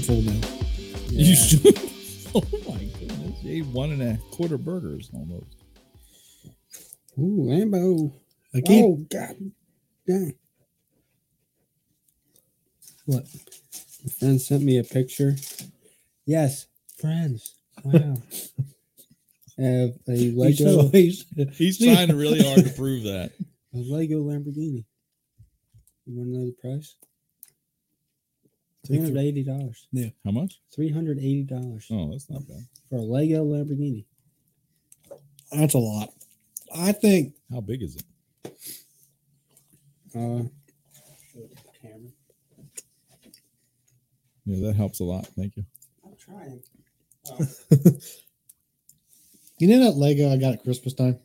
full now. You should. Oh my goodness! You ate one and a quarter burgers almost. Ooh, Lambo. Again. Oh God. Yeah. What? My friend sent me a picture. Yes, friends. Wow. Have a He's Lego, so- he's- He's trying really hard to prove that. a Lego Lamborghini. You want to know the price? Three Take the- hundred eighty dollars. How much? Three hundred eighty dollars Oh, that's not bad. for a Lego Lamborghini. That's a lot. I think How big is it? Uh, Yeah, that helps a lot. Thank you. I'm trying. you know that Lego I got at Christmas time.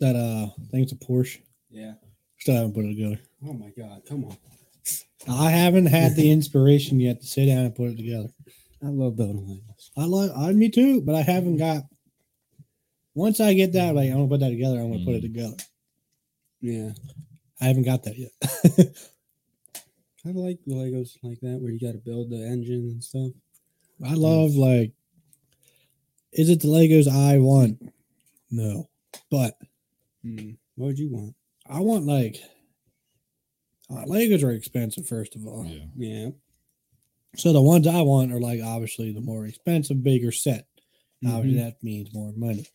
That uh, I think it's a Porsche. Yeah. Still haven't put it together. Oh my God! Come on. I haven't had the inspiration yet to sit down and put it together. I love building Legos. I like, I me too, but I haven't got. Once I get that, like I'm gonna put that together. I'm gonna put it together. Yeah. I haven't got that yet. I like the Legos like that where you got to build the engine and stuff. I love like, is it the Legos I want? No, but What would you want? I want like uh, Legos are expensive, first of all. Yeah. Yeah. So the ones I want are like obviously the more expensive, bigger set. Obviously Mhm. that means more money.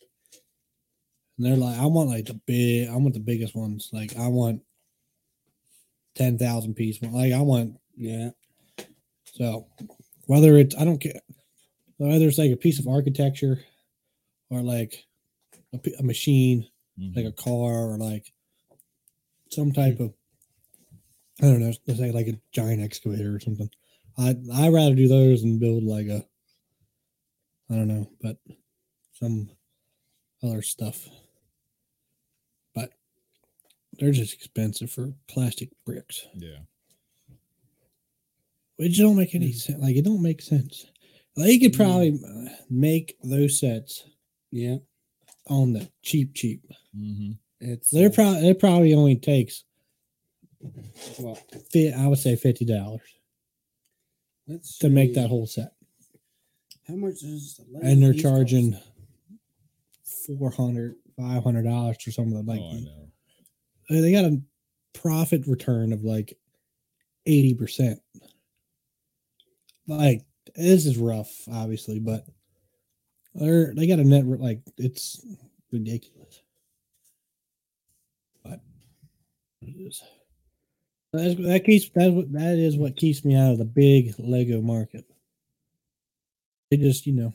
And they're like, I want like the big, I want the biggest ones. Like I want ten thousand piece one. Like I want Yeah. so whether it's I don't care whether it's like a piece of architecture or like a, p- a machine Mhm. like a car or like some type of I don't know, let's say like a giant excavator or something. I I rather do those than build like a I don't know, but some other stuff. But they're just expensive for plastic bricks, yeah. which don't make any sense. Like it don't make sense. Like you could Mm. probably uh, make those sets Yeah. on the cheap, cheap. Mm-hmm. It's They're uh, probably it probably only takes well, fi- I would say fifty dollars let's to make see. that whole set, How much is the Lego and they're piece charging cost? four hundred, five hundred dollars for some of the like. oh, I know. they- they got a profit return of like eighty percent. Like this is rough, obviously, but they're they got a net re- like it's ridiculous. But it is. That's, that keeps that's what that is what keeps me out of the big Lego market. They just you know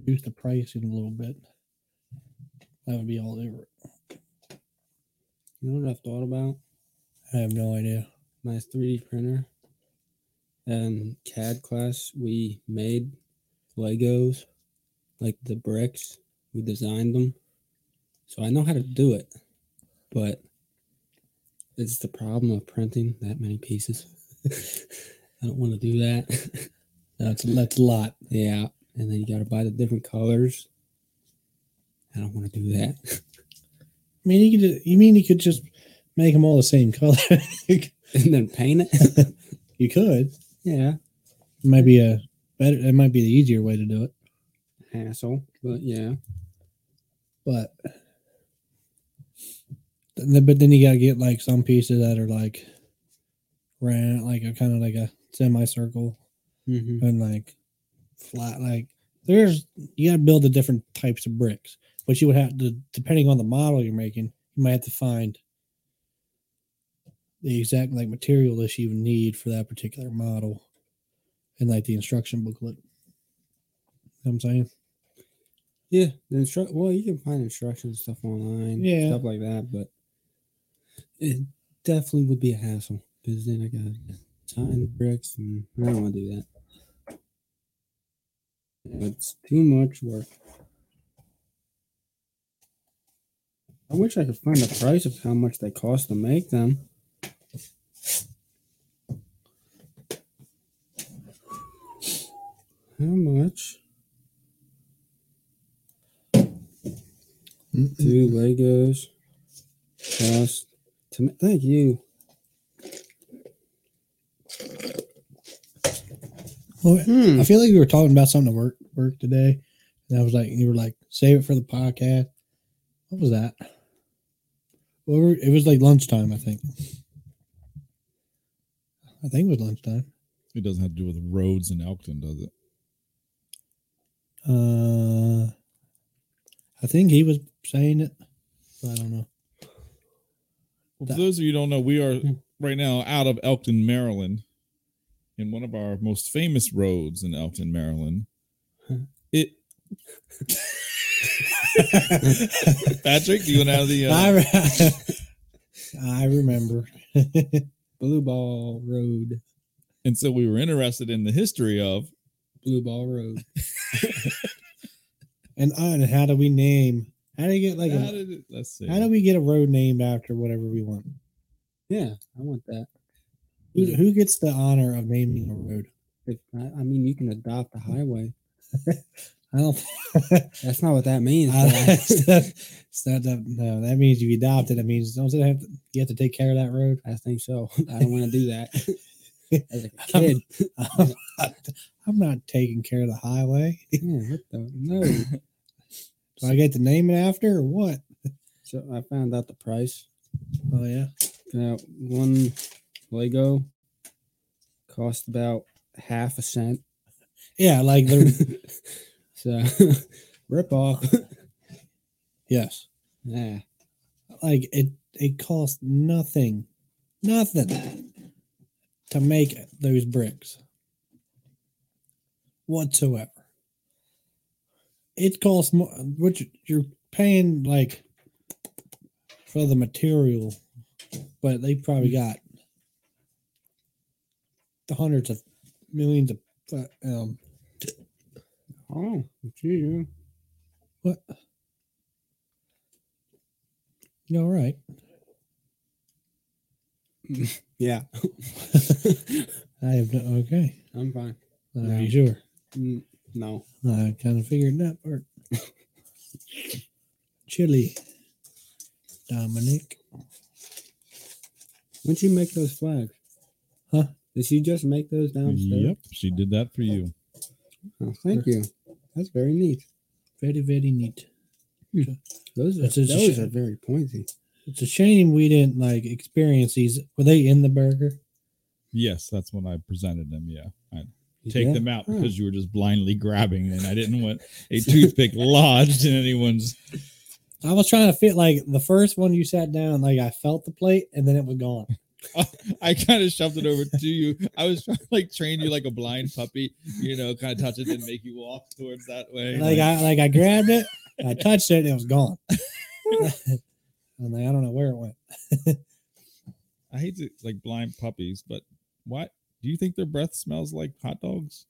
reduce the pricing a little bit. That would be all over. it. You know what I've thought about? I have no idea. My 3D printer and CAD class, we made Legos, like the bricks. We designed them. So I know how to do it, but it's the problem of printing that many pieces. I don't want to do that. That's that's a lot. Yeah, and then you got to buy the different colors. I don't want to do that. I mean, you could. ju- You mean you could just make them all the same color? and then paint it. you could. yeah, It might be a better. That might be the easier way to do it. hassle, but yeah, But th- th- but then you gotta get like some pieces that are like round, like a kind of like a semicircle hmm and like flat. Like there's you gotta build the different types of bricks, but you would have to depending on the model you're making, you might have to find the exact like material that you need for that particular model and like the instruction booklet. You know what I'm saying? yeah. The instru- well, you can find instructions and stuff online, Yeah. stuff like that. But it definitely would be a hassle because then I got time the bricks, and I don't want to do that. It's too much work. I wish I could find a price of how much they cost to make them. How much do Legos cost to ma- Thank you. Well, Hmm. I feel like we were talking about something at work work today, and I was like, you were like, save it for the podcast. What was that? Well, we were- it was like lunchtime, I think. I think it was lunchtime. It doesn't have to do with roads in Elkton, does it? Uh, I think he was saying it. But I don't know. Well, That- Mm. for those of you who don't know, we are Hmm. right now out of Elkton, Maryland, in one of our most famous roads in Elkton, Maryland. Huh. It, Patrick, do you know the? I, Uh, re- I remember. Blue Ball Road. and so we were interested in the history of Blue Ball Road. uh, and on how do we name? How do you get like? how A, did it, let's see. how do we get a road named after whatever we want? Yeah, I want that. Who, who gets the honor of naming a road? If, I, I mean, you can adopt a highway. I don't. think That's not what that means. it's but not, it's not that, no, that means you adopt it. It means don't it have to, you have to take care of that road? I, I think so. I don't want to do that. As a kid. I'm not, I'm not taking care of the highway. Yeah, what the? No. Do I get to name it after or what? So I found out the price. Oh yeah, Now, one Lego cost about half a cent. yeah. Like they're so rip off. yes, Yeah. like it. It costs nothing, nothing to make those bricks whatsoever. It costs more, which you're paying like for the material, but they probably got the hundreds of millions of uh, um, Oh, gee. What? You all right? Yeah. I have no. Okay. I'm fine. Are No. you sure? Mm, No. I kind of figured that part. Chili. Dominic. When would you make those flags? Huh? Did she just make those downstairs? Yep, she did that for you. Oh, thank you. That's very neat. Very, very neat. Hmm. Those are, That's just a those sh- are very pointy. It's a shame we didn't like experience these. Were they in the burger? Yes, that's when I presented them. Yeah, I take Yeah. them out Huh. because you were just blindly grabbing, and I didn't want a toothpick lodged in anyone's. I was trying to fit like the first one you sat down, like I felt the plate and then it was gone. I kind of shoved it over to you. I was trying to like train you like a blind puppy, you know, kind of touch it and make you walk towards that way. Like I like I grabbed it, I touched it, and it was gone. I'm like, I don't know where it went. I hate to like blind puppies, but what do you think their breath smells like? Hot dogs?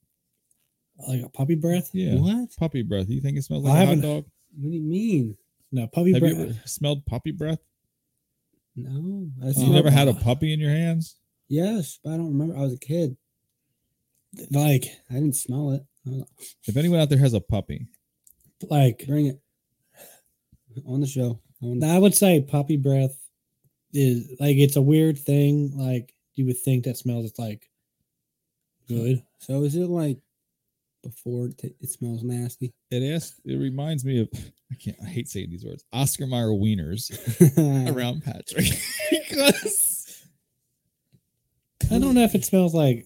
Like a puppy breath? Yeah, What? puppy breath. You think it smells I like a hot haven't- dog? What do you mean? No, puppy Have breath. you ever smelled puppy breath? No. I Oh. You never had a Uh-uh. puppy in your hands? Yes, but I don't remember. I was a kid. like I didn't smell it. I was like, If anyone out there has a puppy, like Bring it on the show. I wanna- I would say puppy breath is like it's a weird thing. Like you would think that smells it's like good. So is it like before it, ta- it smells nasty? it asks. It reminds me of. I can't. I hate saying these words. Oscar Mayer wieners. around Patrick because I don't know if it smells like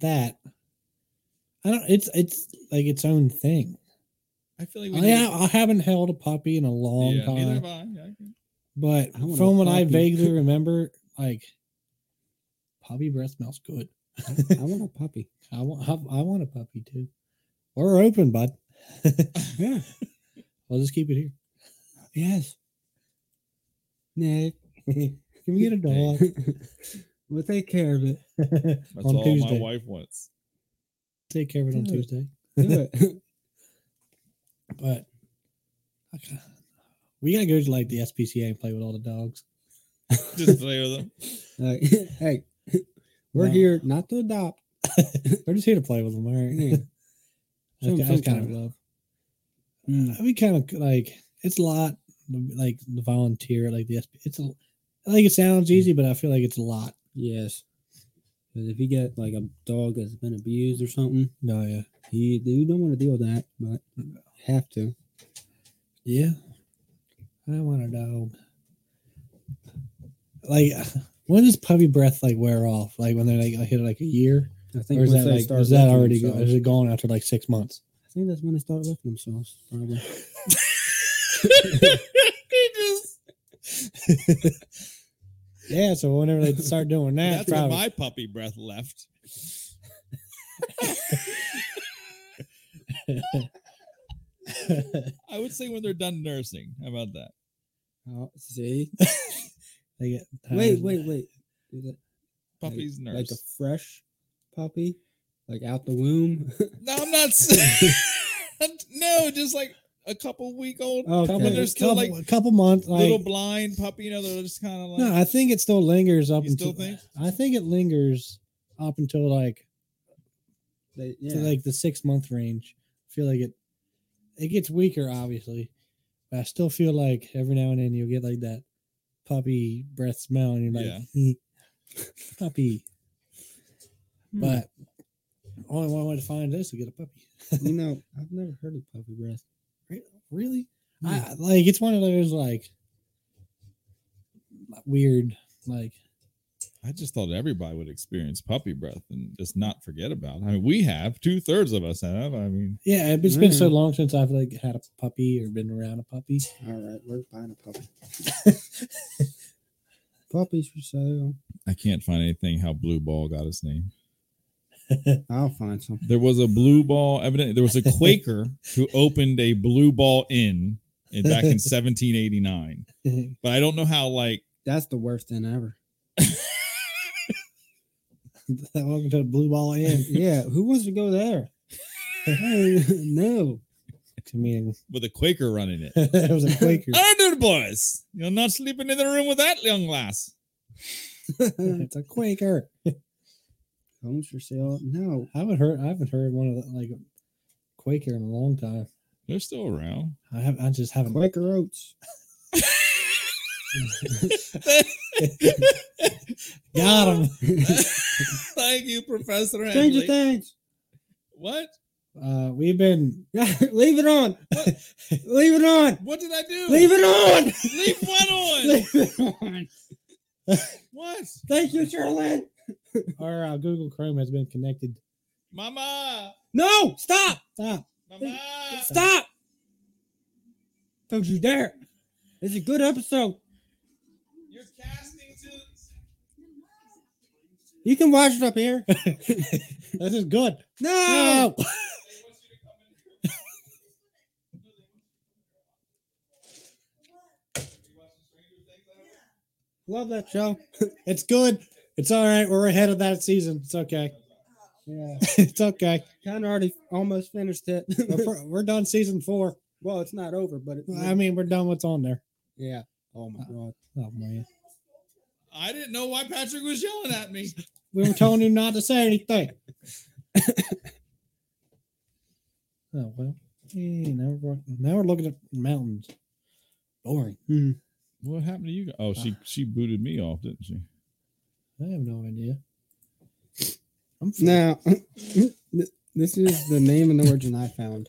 that. I don't it's it's like its own thing. I feel like we I, need- ha- I haven't held Oh, a puppy in a long yeah, neither time. have I. Yeah, I can- But I want a from what I puppy. vaguely remember, like puppy breath smells good. I want a puppy. I want I, I want a puppy too. We're open, bud. Yeah. I'll just keep it here. Yes. Nick, Can we get a dog? we'll take care of it. That's on all Tuesday. my wife wants. Take care of it on Good. Tuesday. Do it. But okay. we gotta go to like the SPCA and play with all the dogs. Just play with them. Like, hey, we're No. here not to adopt. We're just here to play with them. All right. Yeah. That's Some- ki- some that's kind of kind of love. Mm. We kind of like it's a lot like the volunteer, like the SP. It's a, I think it sounds easy, but I feel like it's a lot. Yes. Because if you get like a dog that's been abused or something, No, yeah. you, you don't want to deal with that, but you have to. Yeah. I want a dog. Like, when does puppy breath like wear off? Like when they like hit like a year, I think or is once that they like start is that licking already go, themselves- is it gone after like six months? I think that's when they start licking themselves. Probably. Yeah, so whenever they start doing that, That's when probably. my puppy breath left. I would say when they're done nursing. How about that? Oh, see? they get Wait, tired. wait, wait. Is it Puppies like, nurse. Like a fresh puppy, like out the womb. No, I'm not. s- no, just like a couple week old. Okay. Couple, Couple, they're still like couple, couple months. Uh, Like, little blind puppy. You know, they're just kind of like. no, I think it still lingers up You still until. think? I think it lingers up until like They- to yeah. like the six month range. I feel like it it gets weaker, obviously. But I still feel like every now and then you'll get like that puppy breath smell and you're like puppy. Hmm. But only one way to find this to get a puppy. you know, I've never heard of puppy breath. Re- Really? Hmm. I, like it's one of those like weird like I just thought everybody would experience puppy breath and just not forget about. it. I mean, we have two thirds of us have. I mean, yeah, it's been so long since I've like had a puppy or been around a puppy. All right, we're buying a puppy. Puppies for sale. I can't find anything how Blue Ball got his name. I'll find some. There was a Blue Ball. Evidently, there was a Quaker who opened a Blue Ball Inn in, back in 1789. But I don't know how. Like, That's the worst thing ever. Welcome to the Blue Ball Inn. yeah, who wants to go there? Hey, no. To me, with a Quaker running it. it was a Quaker. Under boys, you're not sleeping in the room with that young lass. Homes it's a Quaker. for sale. No. I haven't heard. I haven't heard one of the, like Quaker in a long time. They're still around. I have. I just haven't. Quaker oats. Got him. Thank you, Professor. Change Hagley. your things. What? Uh, we've been. Leave it on. Leave it on. What did I do? Leave it on. Leave what on? Leave it on. what? Thank you, Charlene. Our uh, Google Chrome has been connected. Mama. No, stop. Stop. Mama. Stop. Don't you dare. It's a good episode. You're casting to. You can watch it up here. Oh. Oh, This is good. No. Love that show. It's good. It's all right. We're ahead of that season. It's okay. Yeah. it's okay. Kind of already almost finished it. We're, pro- we're done season four. well, it's not over, but it, I mean, we're done. What's on there? yeah. Oh my god. Oh man, I didn't know why Patrick was yelling at me. we were telling you not to say anything. oh well. Hey, now we're now we're looking at mountains. Boring. What happened to you? Oh, she she booted me off, didn't she? I have no idea. I'm f- Now, this is the name and origin I found.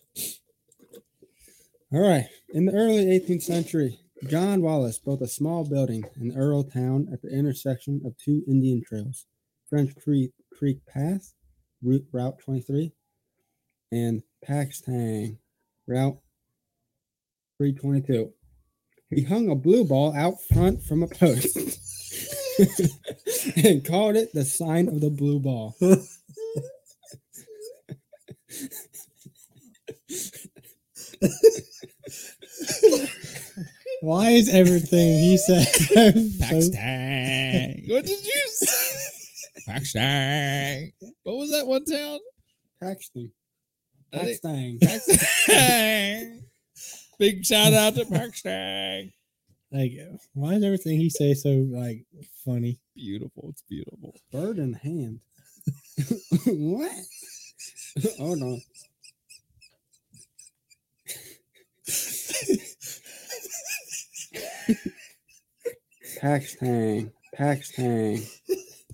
All right. In the early 18th century, John Wallace built a small building in Earl Town at the intersection of two Indian trails French Creek, Creek Path, Route, Route 23, and Paxtang, Route 322. He hung a blue ball out front from a post and called it the sign of the blue ball. Why is everything he said? so- Paxtang. what did you say? Paxtang. What was that one town? Paxton. I think- Paxton. Paxtang. Big shout out to Paxtang. like, why is everything he say so like funny? Beautiful. It's beautiful. Bird in hand. what? Hold on. Paxtang. Paxtang.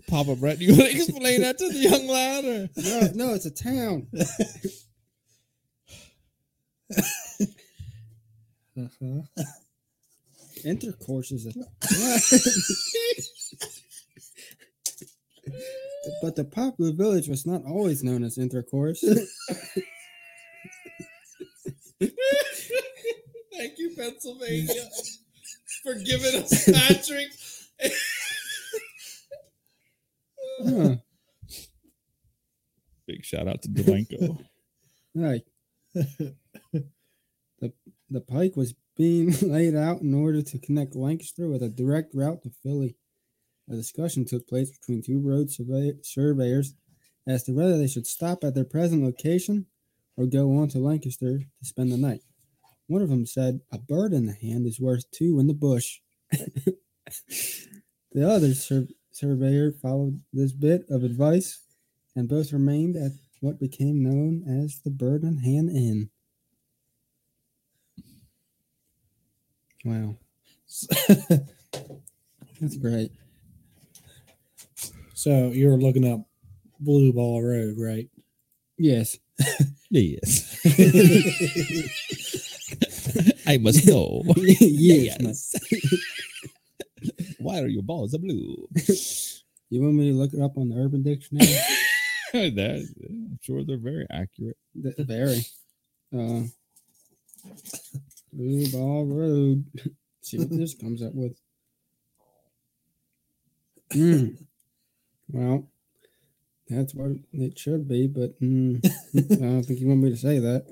Papa Brett, you want to explain that to the young lad? Or? No, no, it's a town. Uh-huh. Intercourse is a. but the popular village was not always known as intercourse. Thank you, Pennsylvania, for giving us Patrick. Huh. Big shout out to Delenko. Right. the the pike was being laid out in order to connect Lancaster with a direct route to Philly. A discussion took place between two road survey- surveyors as to whether they should stop at their present location or go on to Lancaster to spend the night. One of them said, "A bird in the hand is worth two in the bush." the other sur- surveyor followed this bit of advice, and both remained at what became known as the Bird and Hand Inn. Wow, that's great. so you were looking up Blue Ball Road, right? Yes. Yes. I must know. yes. my- Why are your balls blue? You want me to look it up on the Urban Dictionary? that, I'm sure they're very accurate. Th- Very. Uh, Blue Ball Road. See what this comes up with. Mm. Well, that's what it should be, but mm, I don't think you want me to say that.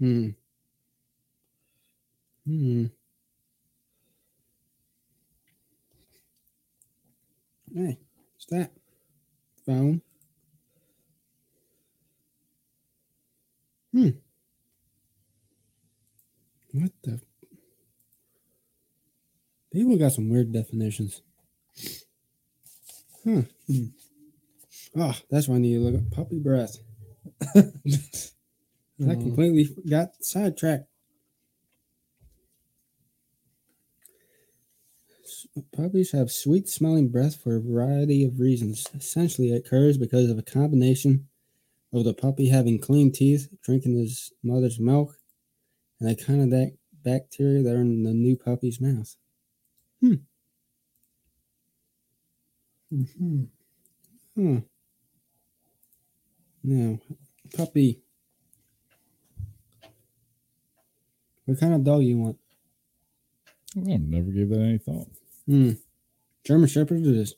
Hmm. Hmm. Hey, what's that? Phone. What the? People got some weird definitions. Huh. Hmm. Ah, that's why I need to look up puppy breath. I Um, completely got sidetracked. S- Puppies have sweet smelling breath for a variety of reasons. Essentially, it occurs because of a combination of the puppy having clean teeth, drinking his mother's milk, and the kind of that bacteria that are in the new puppy's mouth. Hmm. mhm. Hmm. Now, puppy. What kind of dog you want? I never gave that any thought. Hmm. German Shepherd it is.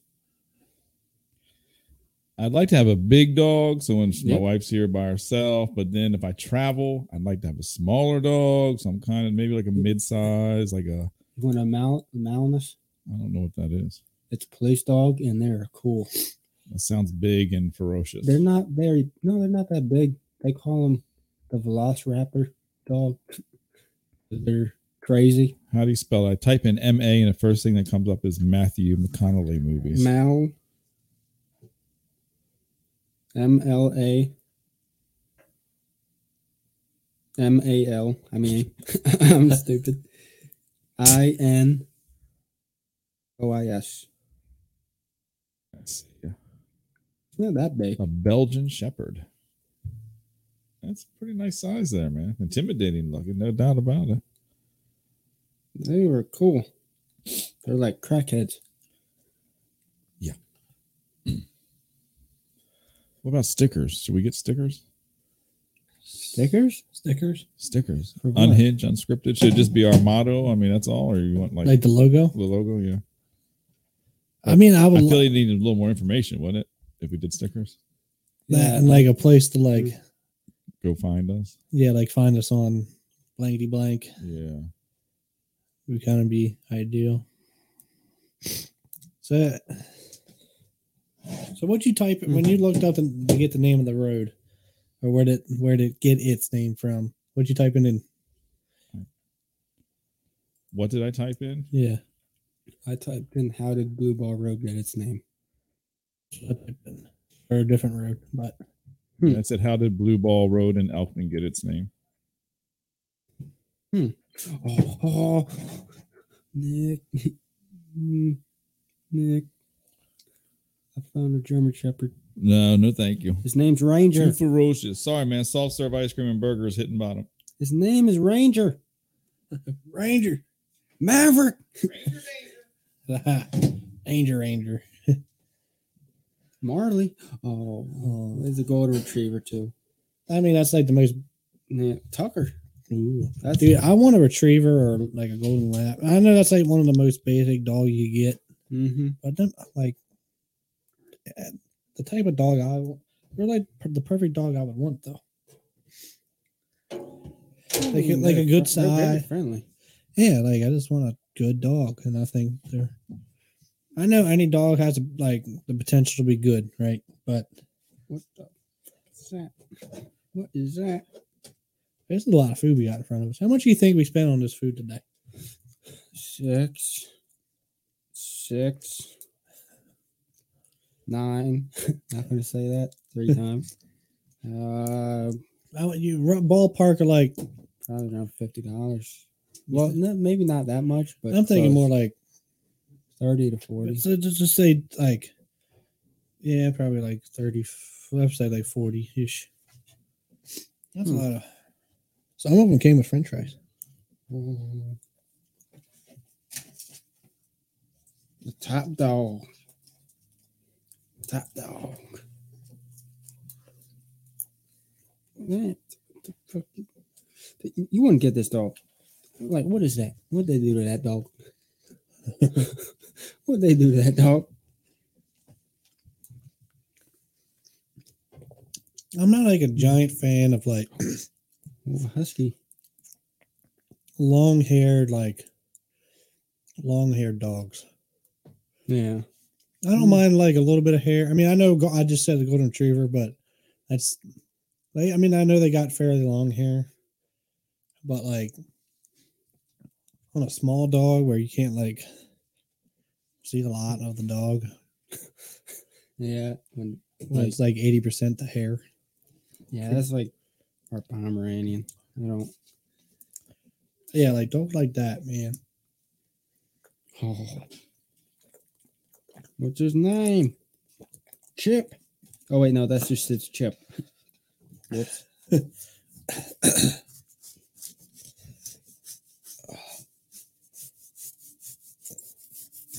I'd like to have a big dog, so when my Yep. wife's here by herself. But then if I travel, I'd like to have a smaller dog, some kind of maybe like a mid-size, like a You want a mal Malinus? I don't know what that is. It's a police dog, and they're cool. That sounds big and ferocious. They're not very. No, they're not that big. They call them the Velociraptor dog. They're crazy. How do you spell it? I type in M A, and the first thing that comes up is Matthew McConaughey movies. Mal. M L A. M A L. I mean, I'm stupid. I N. O I S. Let's see. It's not that big. A Belgian Shepherd. That's a pretty nice size there, man. Intimidating looking, no doubt about it. They were cool. They're like crackheads. What about stickers? Should we get stickers? Stickers? Stickers, Stickers. For what? Unhinged, unscripted. Should it just be our motto. I mean, that's all. Or you want like, like the logo. the logo? Yeah. I mean, I I would feel like you needed a little more information, wouldn't it? If we did stickers, that, and like a place to like, go find us. yeah, like find us on blankety blank. Yeah. would kind of be ideal. So, so what you type when you looked up and to get the name of the road, or where did where did it get its name from? What'd you type in? in? What did I type in? Yeah, I typed in how did Blue Ball Road get its name? I typed in, or a different road, but Hmm. I said, how did Blue Ball Road in Elkton get its name? Oh, oh Nick. Mm, Nick. I found a German Shepherd. No, no, thank you. His name's Too Ranger. ferocious. Sorry, man. Soft serve ice cream and burgers hitting bottom. His name is Ranger. Ranger. Maverick. Ranger, Ranger. Marley. Oh, Oh, there's a golden retriever too. I mean, that's like the most. Yeah, Tucker. Ooh, That's dude, I want a retriever or like a golden lab. I know that's like one of the most basic dog you get, Mm-hmm. but then uh, like eh, the type of dog I want, they're like per- the perfect dog I would want though. Like a- like a good size. friendly. Yeah, like I just want a good dog, and I think they're. I know any dog has like the potential to be good, right? But What the? What's that? What is that? there's a lot of food we got in front of us. How much do you think we spent on this food today? Six. Six. Nine. Not going to say that three times. Uh, I want you ru- ballpark are like probably around fifty dollars. Well, no, maybe not that much, but I'm thinking more close. like thirty to forty. so just, just say like yeah probably like 30 let's say like 40 ish that's Hmm. a lot of some of them came with french fries Mm. The top dog. Top dog. That the fuck? You you wouldn't get this dog. Like, what is that? What'd they do to that dog? What'd they do to that dog? i'm not like a Hmm. giant fan of like Oh, husky. long haired like long haired dogs Yeah. i don't Hmm. mind like a little bit of hair i mean i know go- i just said the golden retriever but that's they i mean i know they got fairly long hair but like on a small dog where you can't like see a lot of the dog Yeah. When, Well, like, it's like eighty percent the hair. yeah, that's like our Pomeranian. I don't. Yeah, like don't like that, man. Oh. What's his name? Chip. Oh wait, no, that's just it's Chip. Whoops.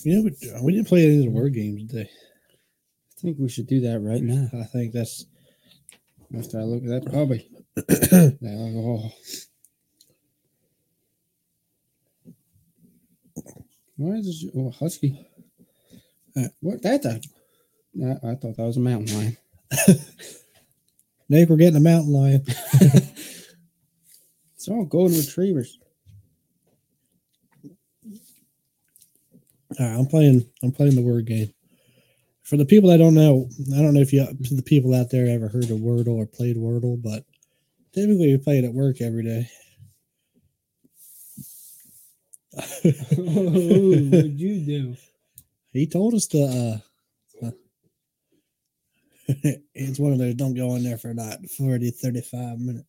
You know, but we didn't play any of the word games today. I think we should do that right now. I think that's After I look at that probably. that alcohol. Why is this? Oh, husky. Uh, what? That's a. Uh, I thought that was a mountain lion. Nick. We're getting a mountain lion. It's all golden retrievers. All right, I'm playing. I'm playing the word game. For the people that don't know, I don't know if you the people out there ever heard of Wordle or played Wordle, but typically we play it at work every day. you do? he told us to. uh It's one of those. Don't go in there for not 40, 35 minutes.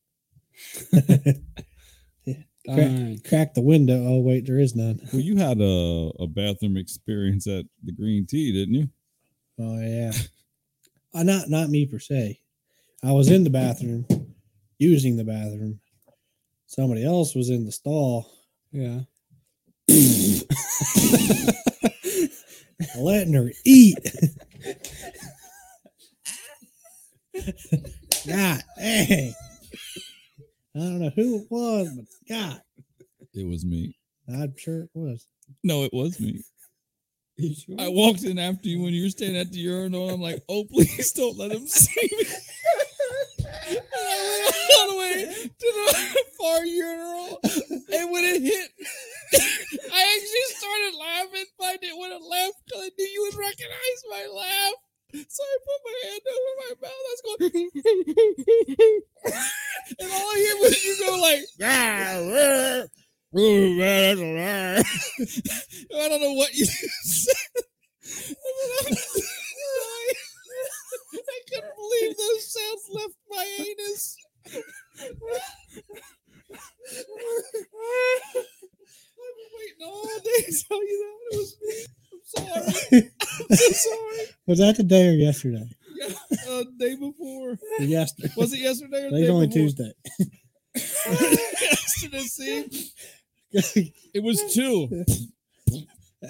Fine. Crack the window. Oh wait, there is none. Well, you had a, a bathroom experience at the Green Tea, didn't you? Oh yeah. Uh, not not me per se. I was in the bathroom, using the bathroom. Somebody else was in the stall, Yeah. letting her eat. God dang. I don't know who it was, but God, It was me. I'm sure it was. No, it was me. You sure? I walked in after you when you were standing at the urinal. And I'm like, oh, please don't let him see me. and I went all the way to the far urinal. And when it hit, I actually started laughing, but I didn't want to laugh because I knew you would recognize my laugh. So I put my hand over my mouth. I was going, and all I hear was you go like, "Rah, rah." Ooh, man, that's a liar. I don't know what you said. And then I, was crying. I couldn't believe those sounds left my anus. I've been waiting all day to tell you that it was me. I'm sorry. sorry. Was that today or yesterday? Yeah, uh, day before. Yesterday. Was it yesterday or the Today's day only before? Tuesday. yesterday, see? It was two.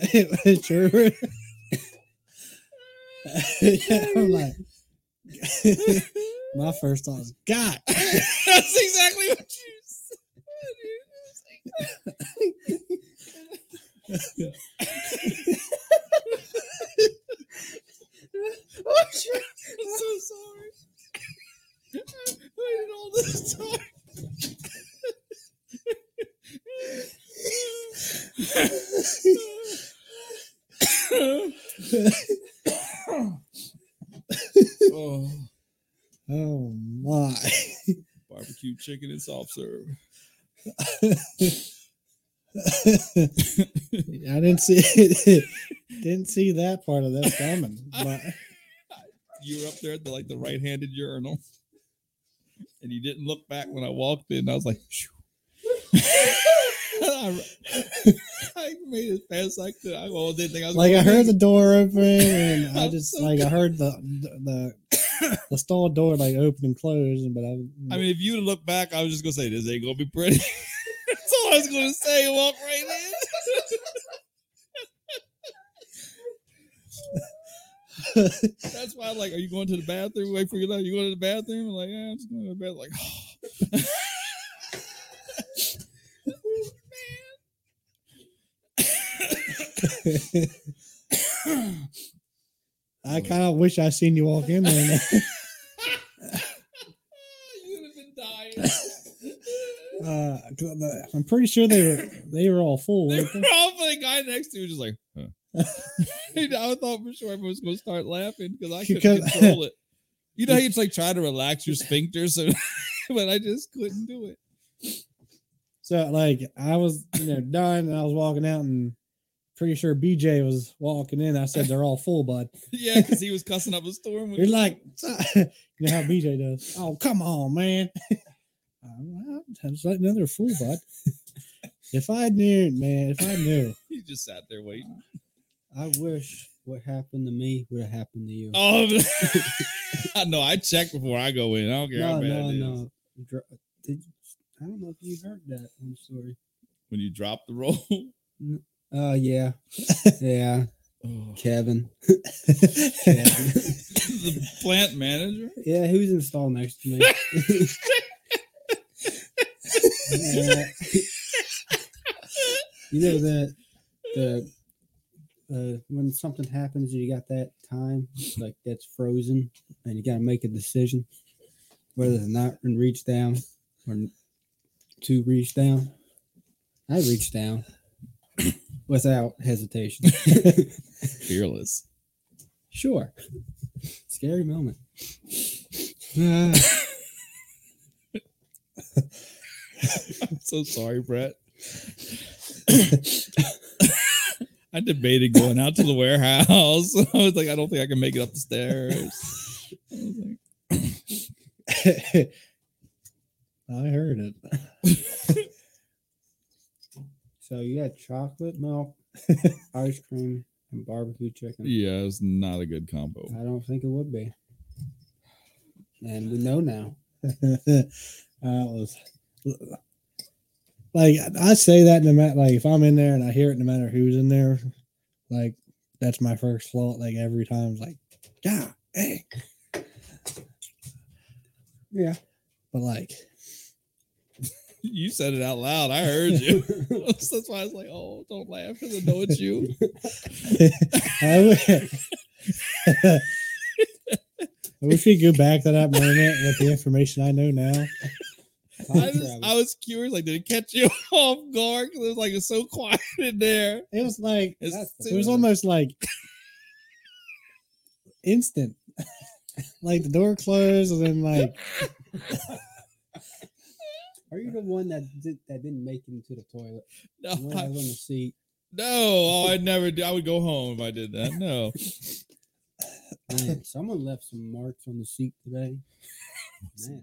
it sure. is. yeah, I'm like, my first thought was, God, That's exactly what you said. dude. I'm so sorry. I waited all this time. oh, oh my. barbecue chicken and soft serve. I didn't see it. Didn't see that part of that coming. But you were up there at the like the right-handed urinal, and you didn't look back when I walked in. I was like, "Phew." I, I made it fast like that. I well, didn't think I was like I gonna heard the make door open, and I just like I heard the the the, the stall door like open and close, but it. I I mean, if you look back, I was just gonna say this ain't gonna be pretty. That's all I was gonna say. Walk right in. That's why, like, are you going to the bathroom? Wait for your life. You going to the bathroom? Like, yeah, I'm just going to the bathroom. Like, I kind of wish I seen you walk in there. you would have been dying. Uh, 'cause the- I'm pretty sure they were they were all full. they weren't were all the guy next to you was just like, huh. And I thought for sure everyone was going to start laughing because I couldn't Because- control it. You know, how you just like try to relax your sphincter, so but I just couldn't do it. So like I was, you know, done and I was walking out and pretty sure BJ was walking in. I said they're all full, bud. Yeah, because he was cussing up a storm. You're With, like you know how BJ does. Oh come on, man. I'm just letting another fool, bud. If I knew, man, if I knew, he just sat there waiting. I wish what happened to me would have happened to you. Oh, I know. I check before I go in. I don't care how no, bad no, it is. no. Dr- Did I don't know if you heard that. I'm sorry. When you drop the roll, Oh yeah, yeah, Oh. Kevin. Kevin. the plant manager. Yeah, he was installed next to me. Yeah. you know that the uh, when something happens and you got that time like that's frozen and you got to make a decision whether to not and reach down or n- to reach down. I reached down without hesitation. Fearless. sure, scary moment. Ah. I'm so sorry, Brett. I debated going out to the warehouse. I was like, I don't think I can make it up the stairs. I was like, I heard it. So you had chocolate milk, ice cream, and barbecue chicken. yeah, it's not a good combo. I don't think it would be. And we know now. that was like I say that no matter like if I'm in there and I hear it no matter who's in there, like that's my first thought. Like every time, it's like yeah, hey, Yeah. but like You said it out loud. I heard you. That's why I was like, oh, don't laugh because I know it's you. I w- I wish we could go back to that moment with the information I know now. I, just, I was curious. Like, did it catch you off guard? 'Cause it was like it's so quiet in there. It was like It's That's- it was too- almost like instant. like the door closed and then like Are you the one that did, that didn't make it into the toilet? no, When I I- was on the seat, no. Oh, I'd never do. I would go home if I did that. No. man, someone left some marks on the seat today. Man,